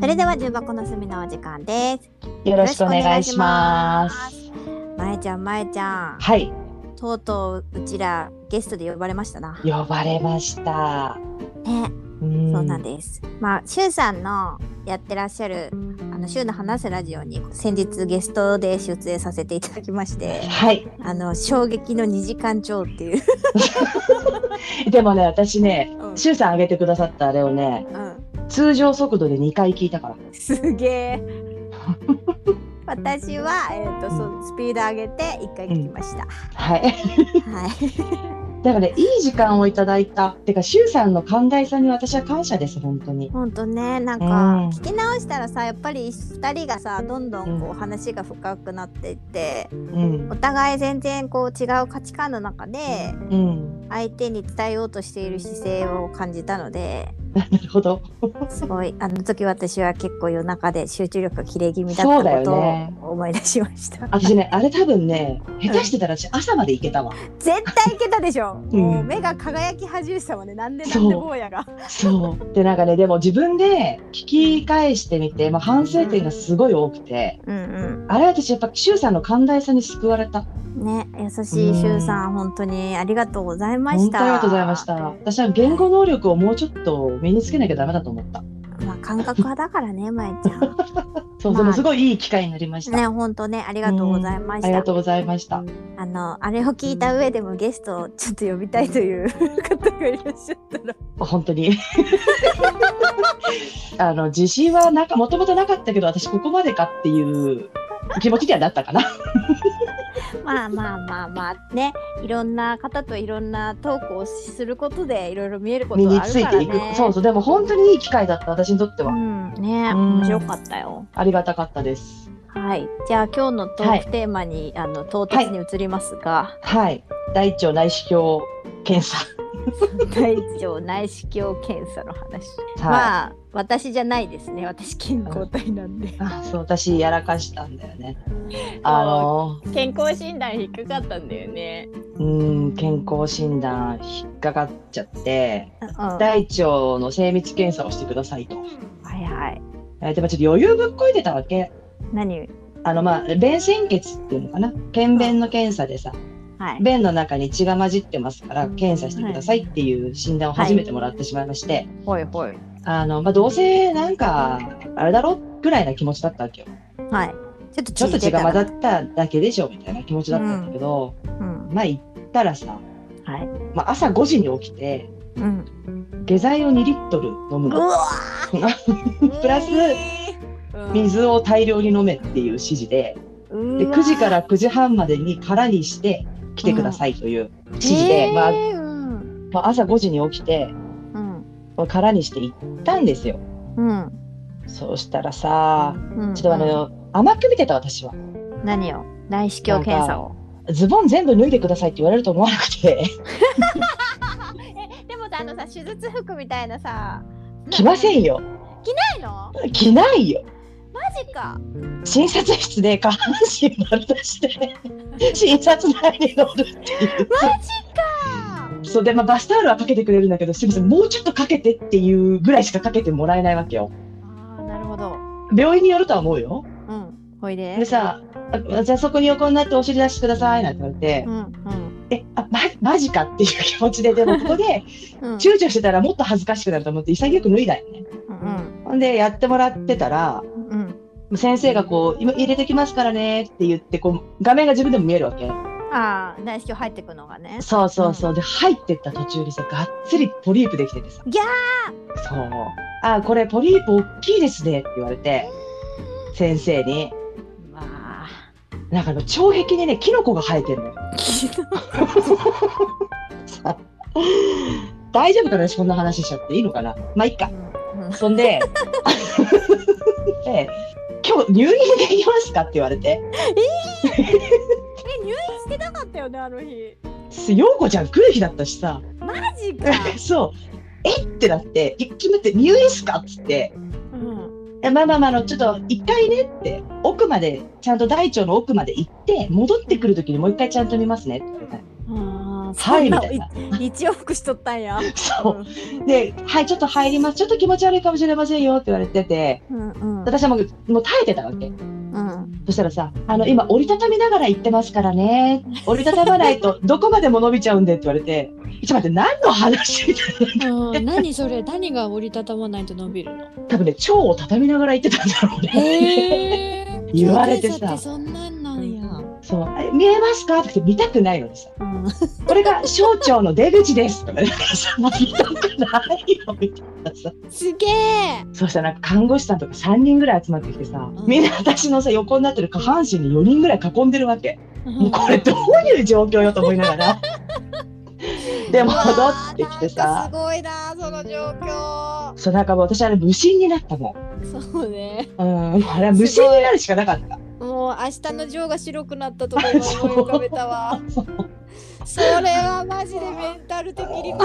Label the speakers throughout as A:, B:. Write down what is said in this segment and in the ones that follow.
A: それでは重箱の隅のお時間です。
B: よろしくお願いします。
A: まえちゃん、まえちゃん、
B: はい、
A: とうとううちらゲストで呼ばれましたな。
B: 呼ばれました。
A: ね、
B: うん
A: そうなんです。まあ、しゅうさんのやってらっしゃる。あの週の話すラジオに先日ゲストで出演させていただきま して
B: はい、
A: あの衝撃の2時間超っていう、
B: でもね、私ね、
A: うん
B: しゅうさん上げてくださったあれをね、
A: う
B: 通常速度で2回聞いたから。
A: ん、すげえ私は、えー、とそうスピード上げて1回聞きました、
B: はい、
A: はい
B: だからね、いい時間をいただいた。てか、しゅうさんの寛大さに私は感謝です、本当に。
A: ほんとねなんか
B: うん
A: 聞き直したらさやっぱり2人がさどんどんこう話が深くなっていって
B: うん、
A: お互い全然こう違う価値観の中で
B: うん、
A: 相手に伝えようとしている姿勢を感じたので
B: なるほど。
A: すごいあの時私は結構夜中で集中力が切れ気味だった
B: そ
A: こ
B: うだ
A: と
B: よ
A: を
B: ね
A: 思い出しました。
B: 私 ね、あれ多分ね、下手してたら私朝まで行けたわ。
A: 絶対いけたでしょ、
B: うん
A: もう目が輝き恥じるさまでなんでなんで
B: そう
A: 坊やが。
B: そう。で、なんかね、でも自分で聞き返してみて、まあ、反省点がすごい多くて、
A: うん
B: あれ私やっぱしゅうさんの寛大さに救われた。
A: うん、ね優しいしゅうさん本当にありがとうございま
B: 本
A: した。
B: 当ありがとうございました。私は言語能力をもうちょっと身につけなきゃダメだと思った。
A: まあ感覚派だから ね、まえちゃん。
B: そう、
A: まあ
B: でもすごいいい機会になりました。
A: ね、本当ね、ありがとうございま
B: あ
A: し
B: り
A: た
B: が。とうございました。
A: あの、あれを聞いた上でもゲストをちょっと呼びたいという方がいらっしゃったら。
B: 本当に。 あの自信はなんかもともとなかったけど、私ここまでかっていう気持ちにはなったかな。
A: まあまあまあまあ、ね、いろんな方といろんなトークをすることで、いろいろ見えること
B: 身に
A: はある
B: つい
A: から
B: ていく。
A: ね。
B: そうそう、でも本当にいい機会だった、私にとって
A: う
B: は。
A: ん、ね、
B: うん
A: 面白かったよ。
B: ありがたかったです。
A: はい、じゃあ、今日のトークテーマに、あの、唐突に移りますが。
B: はい。大腸内視鏡検査。
A: 大腸内視鏡検査の話。
B: は
A: まあ、私じゃないですね。私健康体なんで。
B: い。あ、そう、私やらかしたんだよね。あの
A: 健康診断低かったんだよね。
B: うーん健康診断引っかかっちゃって
A: うん、は
B: 大腸の精密検査をしてくださいと。
A: いはい。
B: えーでもちょっと余裕ぶっこいてたわけ。
A: 何？
B: あのまあ便潜血っていうのかな検便の検査でさ
A: はい。
B: 便の中に血が混じってますから検査してくださいっていう診断を初めてもらってしまいまして、
A: ほいほい。
B: あのまあ、どうせなんかあれだろぐらいな気持ちだったわけよ
A: はい。ちょっと
B: ちょっと血が混
A: ま
B: ざ
A: だ。
B: っただけでしょみたいな気持ちだったんだけど、
A: うん。
B: まあ行ったらさ、
A: はい。
B: まあ、朝5時に起きて
A: うん。
B: 下剤を2リットル飲む
A: う
B: の。
A: わ。
B: プラス
A: うん
B: 水を大量に飲めっていう指示で
A: う
B: で
A: わ
B: 9時から9時半までに空にして来てくださいという指示で、
A: えー
B: まあ
A: うん
B: まあ朝5時に起きて
A: うん
B: 空にして行ったんですよ
A: うん
B: そうしたらさ
A: うん。
B: ちょっとあの、甘く見てた私は
A: 何を内視鏡検査を。
B: ズボン全部脱いでくださいって言われると思わなくて
A: えでもあのさ手術服みたいなさ。
B: 来ませ
A: よ。
B: んよ
A: ないの？
B: 着ないよ
A: マジか。
B: 診察室で下半身丸出して診察台に乗るってい
A: マジか。
B: うそうで、まあ、バスタオルはかけてくれるんだけど、すみません、もうちょっとかけてっていうぐらいしかかけてもらえないわけよ。
A: ああなるほど。
B: 病院によるとは思うよ。
A: うん。ほいで。
B: でさ、あじゃあそこに横になってお尻出してくださいなんて言われて
A: う、んうん
B: え、あ、ま、マジかっていう気持ちで、でもここで
A: うん。
B: 躊躇してたらもっと恥ずかしくなると思って潔く脱いだよね。
A: うん
B: ほんで、やってもらってたら、
A: うんうん。
B: 先生がこう、今入れてきますからねって言って、こう、画面が自分でも見えるわけ。
A: ああ、内視鏡入ってくのがね。
B: そうそうそう。で、入ってった途中にさ、がっつりポリープできててさ。
A: ギャ
B: そう。あ、これポリープ大きいですねって言われて、先生に。
A: ま
B: なんかあの、腸壁にね、キノコが生えてるのよ。
A: あ。
B: さ大丈夫かなこんな話しちゃっていいのかなまあ、いっか。そんで、 で今日入院できますかって言われて、
A: え、入院してなかったよね、あの日。
B: す陽子ちゃん来る日だったしさ、
A: マジか。
B: そう。えってなって、一気にって入院っすかっつって、
A: うん。
B: えまあまあまああの、ちょっと一回ねって、奥まで、ちゃんと大腸の奥まで行って、戻ってくるときにもう一回ちゃんと見ますねって言われたの
A: ああー
B: は
A: そ
B: い
A: ん
B: み
A: な
B: たいな。
A: 一往復しとったんや。
B: そう。で、はい、ちょっと入ります。ちょっと気持ち悪いかもしれませんよって言われてて、
A: うんうん
B: 私はもうもう耐えてたわけ。
A: うん。
B: そしたらさ、あの、今、折りたたみながら行ってますからね。折りたたまない と、どこまでも伸びちゃうんでって言われて、ちょっと待って、何の話みたい
C: うん何それ何が折りたたまないと伸びる の
B: な。多分ね、腸を畳みながら行ってたんだろうね。
C: へえ
B: 言われてさ
C: ってそんなんなんや
B: そう。あれ見えますかって言って見たくないのにさ。
A: うん
B: これが小腸の出口ですとかね。さもう見たくないよ、みたいなさ。
C: すげえ
B: そうしたらなんか看護師さんとか3人ぐらい集まってきてさ
C: う、ん
B: みんな私のさ、横になってる下半身に4人ぐらい囲んでるわけ。もうこれどういう状況よと思いなが ら。で、戻ってきて
C: す
B: さ、
C: ごいなその状況
B: そうなんかもう私あれ無心になったもん。
C: そうね
B: うん、あれは無心になるしかなかった。
C: もう明日のジョーが白くなったところを思い浮かべたわそれはマジでメンタル的にもう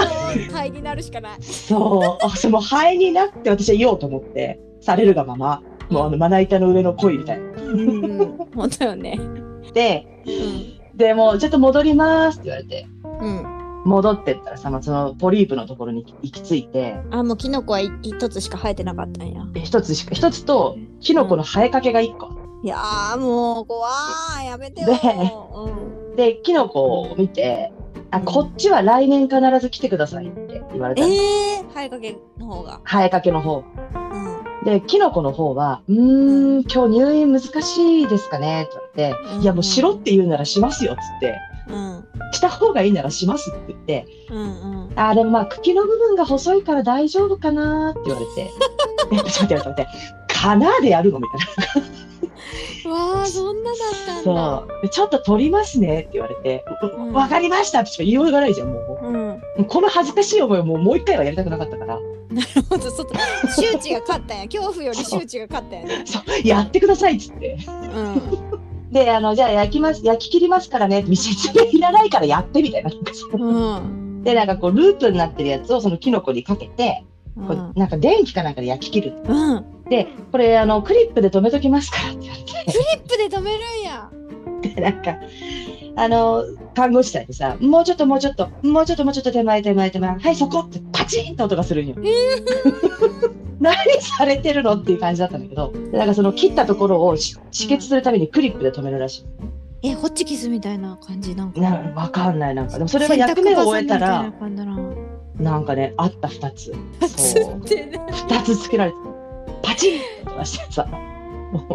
C: 肺になるしかない
B: そう、あ、その肺になって私は言おうと思って、されるがまま、もうあのまな板の上の恋みたいな。
C: うん本当よね
B: で、
C: うん
B: でもうちょっと戻りますって言われて、
A: うん。
B: 戻ってったらさ、まあそのポリープのところに行き着いて、
A: あもうキノコは一一つしか生えてなかったんや。
B: で一つしか、一つと、キノコの生えかけが一個。
A: いやーもう怖いやめてよ。
B: ね
A: うん
B: で、キノコを見て、あ、こっちは来年必ず来てくださいって言われたの。
A: ええー、生えかけの方が。
B: 生えかけの方。
A: うん。
B: で、キノコの方は、うーん、今日入院難しいですかねって言って、
A: うん
B: いや、もうしろって言うならしますよっつって、
A: うん。
B: した方がいいならしますって言って、
A: うんうん。
B: あー、でもまあ、茎の部分が細いから大丈夫かなって言われて、 えちょっと待って待って待って、かなでやるのみたいな。
C: わあそんなだったんだ
B: そう。でちょっと取りますねって言われて、
A: う
B: うんわかりましたってしか言いようがないじゃん、もう。も
A: うん。
B: うこの恥ずかしい思いをもうもう一回はやりたくなかったから、
A: ほんと外周知が勝ったんや。恐怖より周知が勝ったんやね。
B: そうやってくださいっつって。
A: う。
B: で、あの、じゃあ焼きます、焼き切りますからね、見せつけいらないからやってみたいな。なんかそうん
A: うん。
B: で、なんかこう、ループになってるやつをそのキノコにかけて、
A: う
B: こ
A: ん
B: う。なんか電気かなんかで焼き切る。
A: うん
B: で、これ、あの、クリップで止めときますからって 言われ
C: リップで止めるんや
B: て、なんか、あの、看護師さんにさ、もうちょっともうちょっと、もうちょっともうちょっと手前手前手前、はい、そこってパチンと音がするんよ。 何されてるのっていう感じだったんだけど、でなんかその切ったところをし止血するためにクリップで止めるらしい。
C: えホッチキスみたいな感じなんか
B: なんかわかんない、なんか。でもそれは役目を終えたら、なんかね、あった2つ。そう。
C: てね
B: 2つつけられて、パチンって音がしてさ。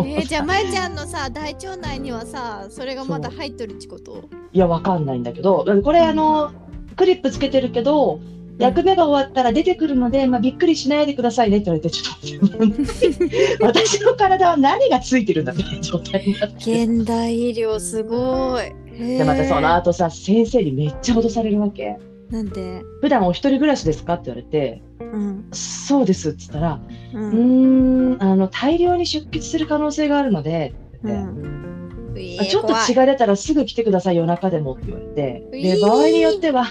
C: えー、じゃあまえちゃんのさ大腸内にはさそれがまだ入っとるってこと
B: いや、わかんないんだけど、これあの、クリップつけてるけど、役目が終わったら出てくるので、まあ、びっくりしないでくださいねって言われて、ちょっと待って、私の体は何がついてるんだみたいな状態になって。
C: 現代医療すごい
B: で、
C: で
B: またその後さ、先生にめっちゃ脅されるわけ。
A: なんで
B: 普段お一人暮らしですかって言われて、
A: うん。
B: そうですって言ったら、
A: う。
B: うんーん、あの、大量に出血する可能性があるので、って
A: うん
B: あちょっと血
C: う
B: が出たらすぐ来てください、夜中でもって言われて、
C: え
B: で
C: ー
B: 場合によっては、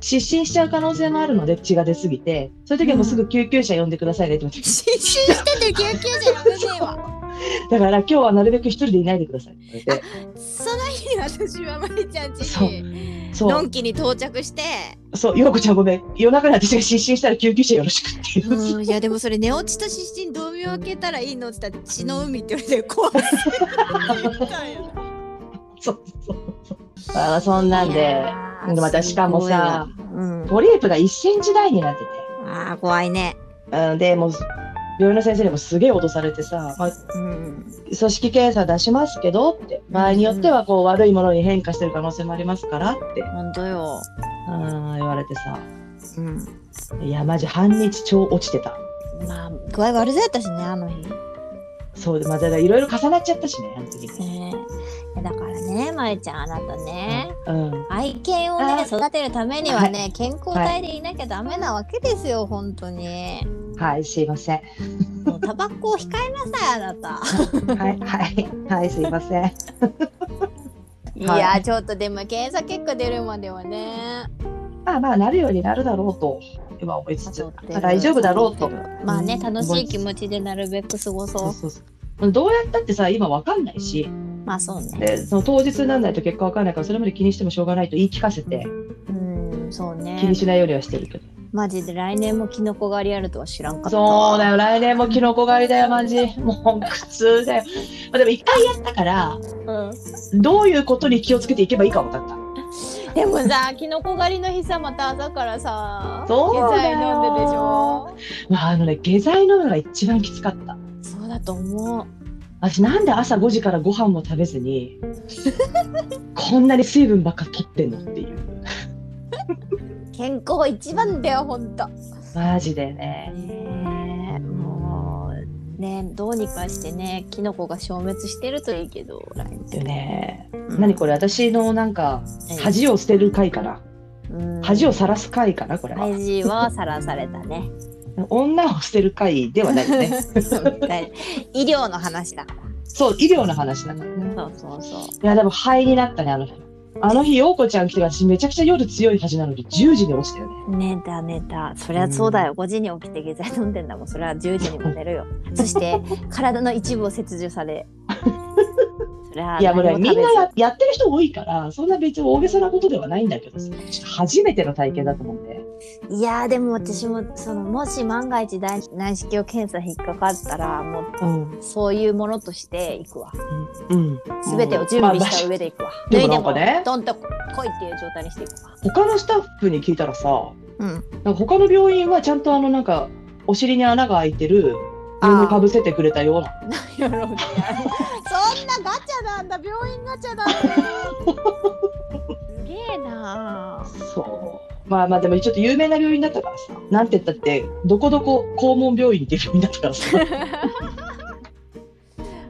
B: 失神しちゃう可能性もあるので、血が出すぎて、そういう時はもうすぐ救急車呼んでくださいねって言われて、
C: 失神してて救急車呼べねえわ
B: だから今日はなるべく一人でいないでくださいって言われて、
C: その日に私はまえちゃんち
B: そう
C: に
B: そ
C: のん
B: う、
C: きに到着して
B: そう、ようこちゃんごめん、夜中に私が失神したら救急車よろしくっていう。
C: うんいやでもそれ寝落ちと失神どう見分けたらいいのって言ったら血の海って言われて 怖い
B: そうそうそう。あーそんなんで、でまたしかもさ、
A: うん、
B: ポリープが1センチ台になってて、
A: あー怖いね。
B: うん、で、もう、病院の先生にもすげえ脅されてさ、まあ、
A: うん、
B: 組織検査出しますけどって場合によってはこう悪いものに変化してる可能性もありますからって、
A: 本当よ。
B: うん、言われてさ
A: うん、
B: いやマジ半日超落ちてた
A: まあ具合悪そうやったしねあの日。
B: そうでまあだいろいろ重なっちゃったしねあの時ね、
A: ねえだからねまえちゃんあなたね、
B: うん、
A: 愛犬をね
B: あ
A: 育てるためにはね、健康体でいなきゃダメなわけですよ本当に。
B: はいすいません
A: もうタバコを控えなさいあなた。
B: はいはいはいすいません
A: いやちょっとでも検査結果出るまではね。
B: まあまあなるようになるだろうと今思いつつ
A: 誘ってる
B: まあ大丈夫だろうと
A: まあね
B: うん
A: 楽しい気持ちでなるべく過ご
B: そ
A: そう
B: そうそうどうやったってさ今わかんないし
A: う。まあそうね。
B: でその当日にならないと結果わかんないからそれまで気にしてもしょうがないと言い聞かせて
C: そう
B: 気に
C: ね。
B: しないようにはしてるけど。
C: マジで来年もキノコ狩りあるとは知らんかった。
B: そうだよ、来年もキノコ狩りだよ、マジ。もう苦痛だよ。まあ、でも一回やったから、
C: うん
B: どういうことに気をつけていけばいいか分かった。
C: でもさ、キノコ狩りの日さ、また朝からさ、
B: そうだよ
C: 下剤飲んででしょ。
B: まあ、あのね、下剤飲むのが一番きつかった。
C: そうだと思う。
B: 私、なんで朝5時からご飯も食べず に、こんなに水分ばっか取ってんのっていう。
C: 健康一番だよ、ほんと。
B: マジでね。
C: ねえもうねどうにかしてねキノコが消滅してるといいけど来
B: で
C: 年
B: ね、何これ、私のなんか、恥を捨てる回かな。
C: うん
B: 恥を晒す回かな、これは。
C: 恥はさらされたね
B: 女を捨てる回ではないよ ね。
A: 医療の話だから。
B: そう、医療の話だからね。
C: そうそうそう
B: いや、でも肺になったね、あの日。あの日、陽子ちゃん来て、私めちゃくちゃ夜強いはずなのに、10時に落ちたよね。
A: 寝た寝た。そりゃそうだよ。5時に起きて下剤飲んでんだもん。それは10時にも寝るよ。そして体の一部を切除され。そりゃ
B: いや、もうね、
A: 何
B: み
A: 食
B: ん
A: べ
B: な
A: ず
B: ややってる人多いから、そんな別に大げさなことではないんだけどさ、ちょっと初めての体験だと思うんで。
A: いやーでも私もそのもし万が一内内視鏡検査引っかかったらもう
B: うん。
A: そういうものとしていくわ
B: うん。
A: 全てを準備した上でいくわ、
B: でも
A: 脱いで
B: なんか
A: も
B: ね
A: どんと来いっていう状態にしていくわ
B: 他のスタッフに聞いたらさ、
A: うん
B: なんか他の病院はちゃんとあの、なんか、お尻に穴が開いてる、布かぶせてくれたような。
C: そんなガチャなんだ病院ガチャなんだすげえな
B: そう。まあまあでもちょっと有名な病院だったからさ、なんて言ったって、どこどこ肛門病院っていう病院だったからさ。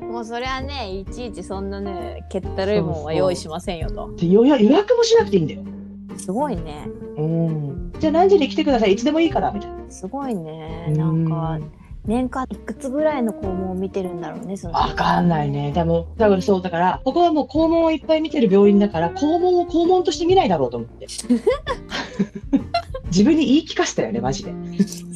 C: もうそれはねいちいちそんなねけったるいもんは用意しませんよと
B: で予約予約もしなくていいんだよ。
C: すごいね
B: うん、じゃあ何時に来てくださいいつでもいいからみたいな。
A: すごいねなんか年間いくつぐらいの肛門を見てるんだろうねその
B: わかんないね。でもだからそうだからここはもう肛門をいっぱい見てる病院だから肛門を肛門として見ないだろうと思 って。自分に言い聞かせたよねマジで。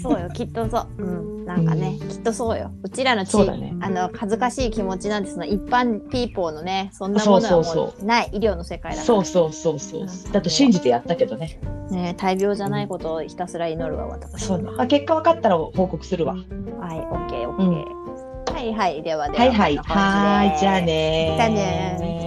A: そうよきっとそううんなんかねきっとそうようちらの地
B: そう
A: 域、
B: だね
A: あの恥ずかしい気持ちなんてその一般ピーポーのねそんなものは
B: そうそう
A: もうない医療の世界だから
B: そうそうそうそう。だと信じてやったけどね。
A: ね、大病じゃないことをひたすら祈るわ、私。
B: そうだ。あ結果分かったら報告するわ。
A: はい、オッケー、オ
B: う
A: ッケー。はいはい、ではでは。
B: はいはい。
A: こんな感
B: はーいじゃあねー
A: じで。じゃあねー。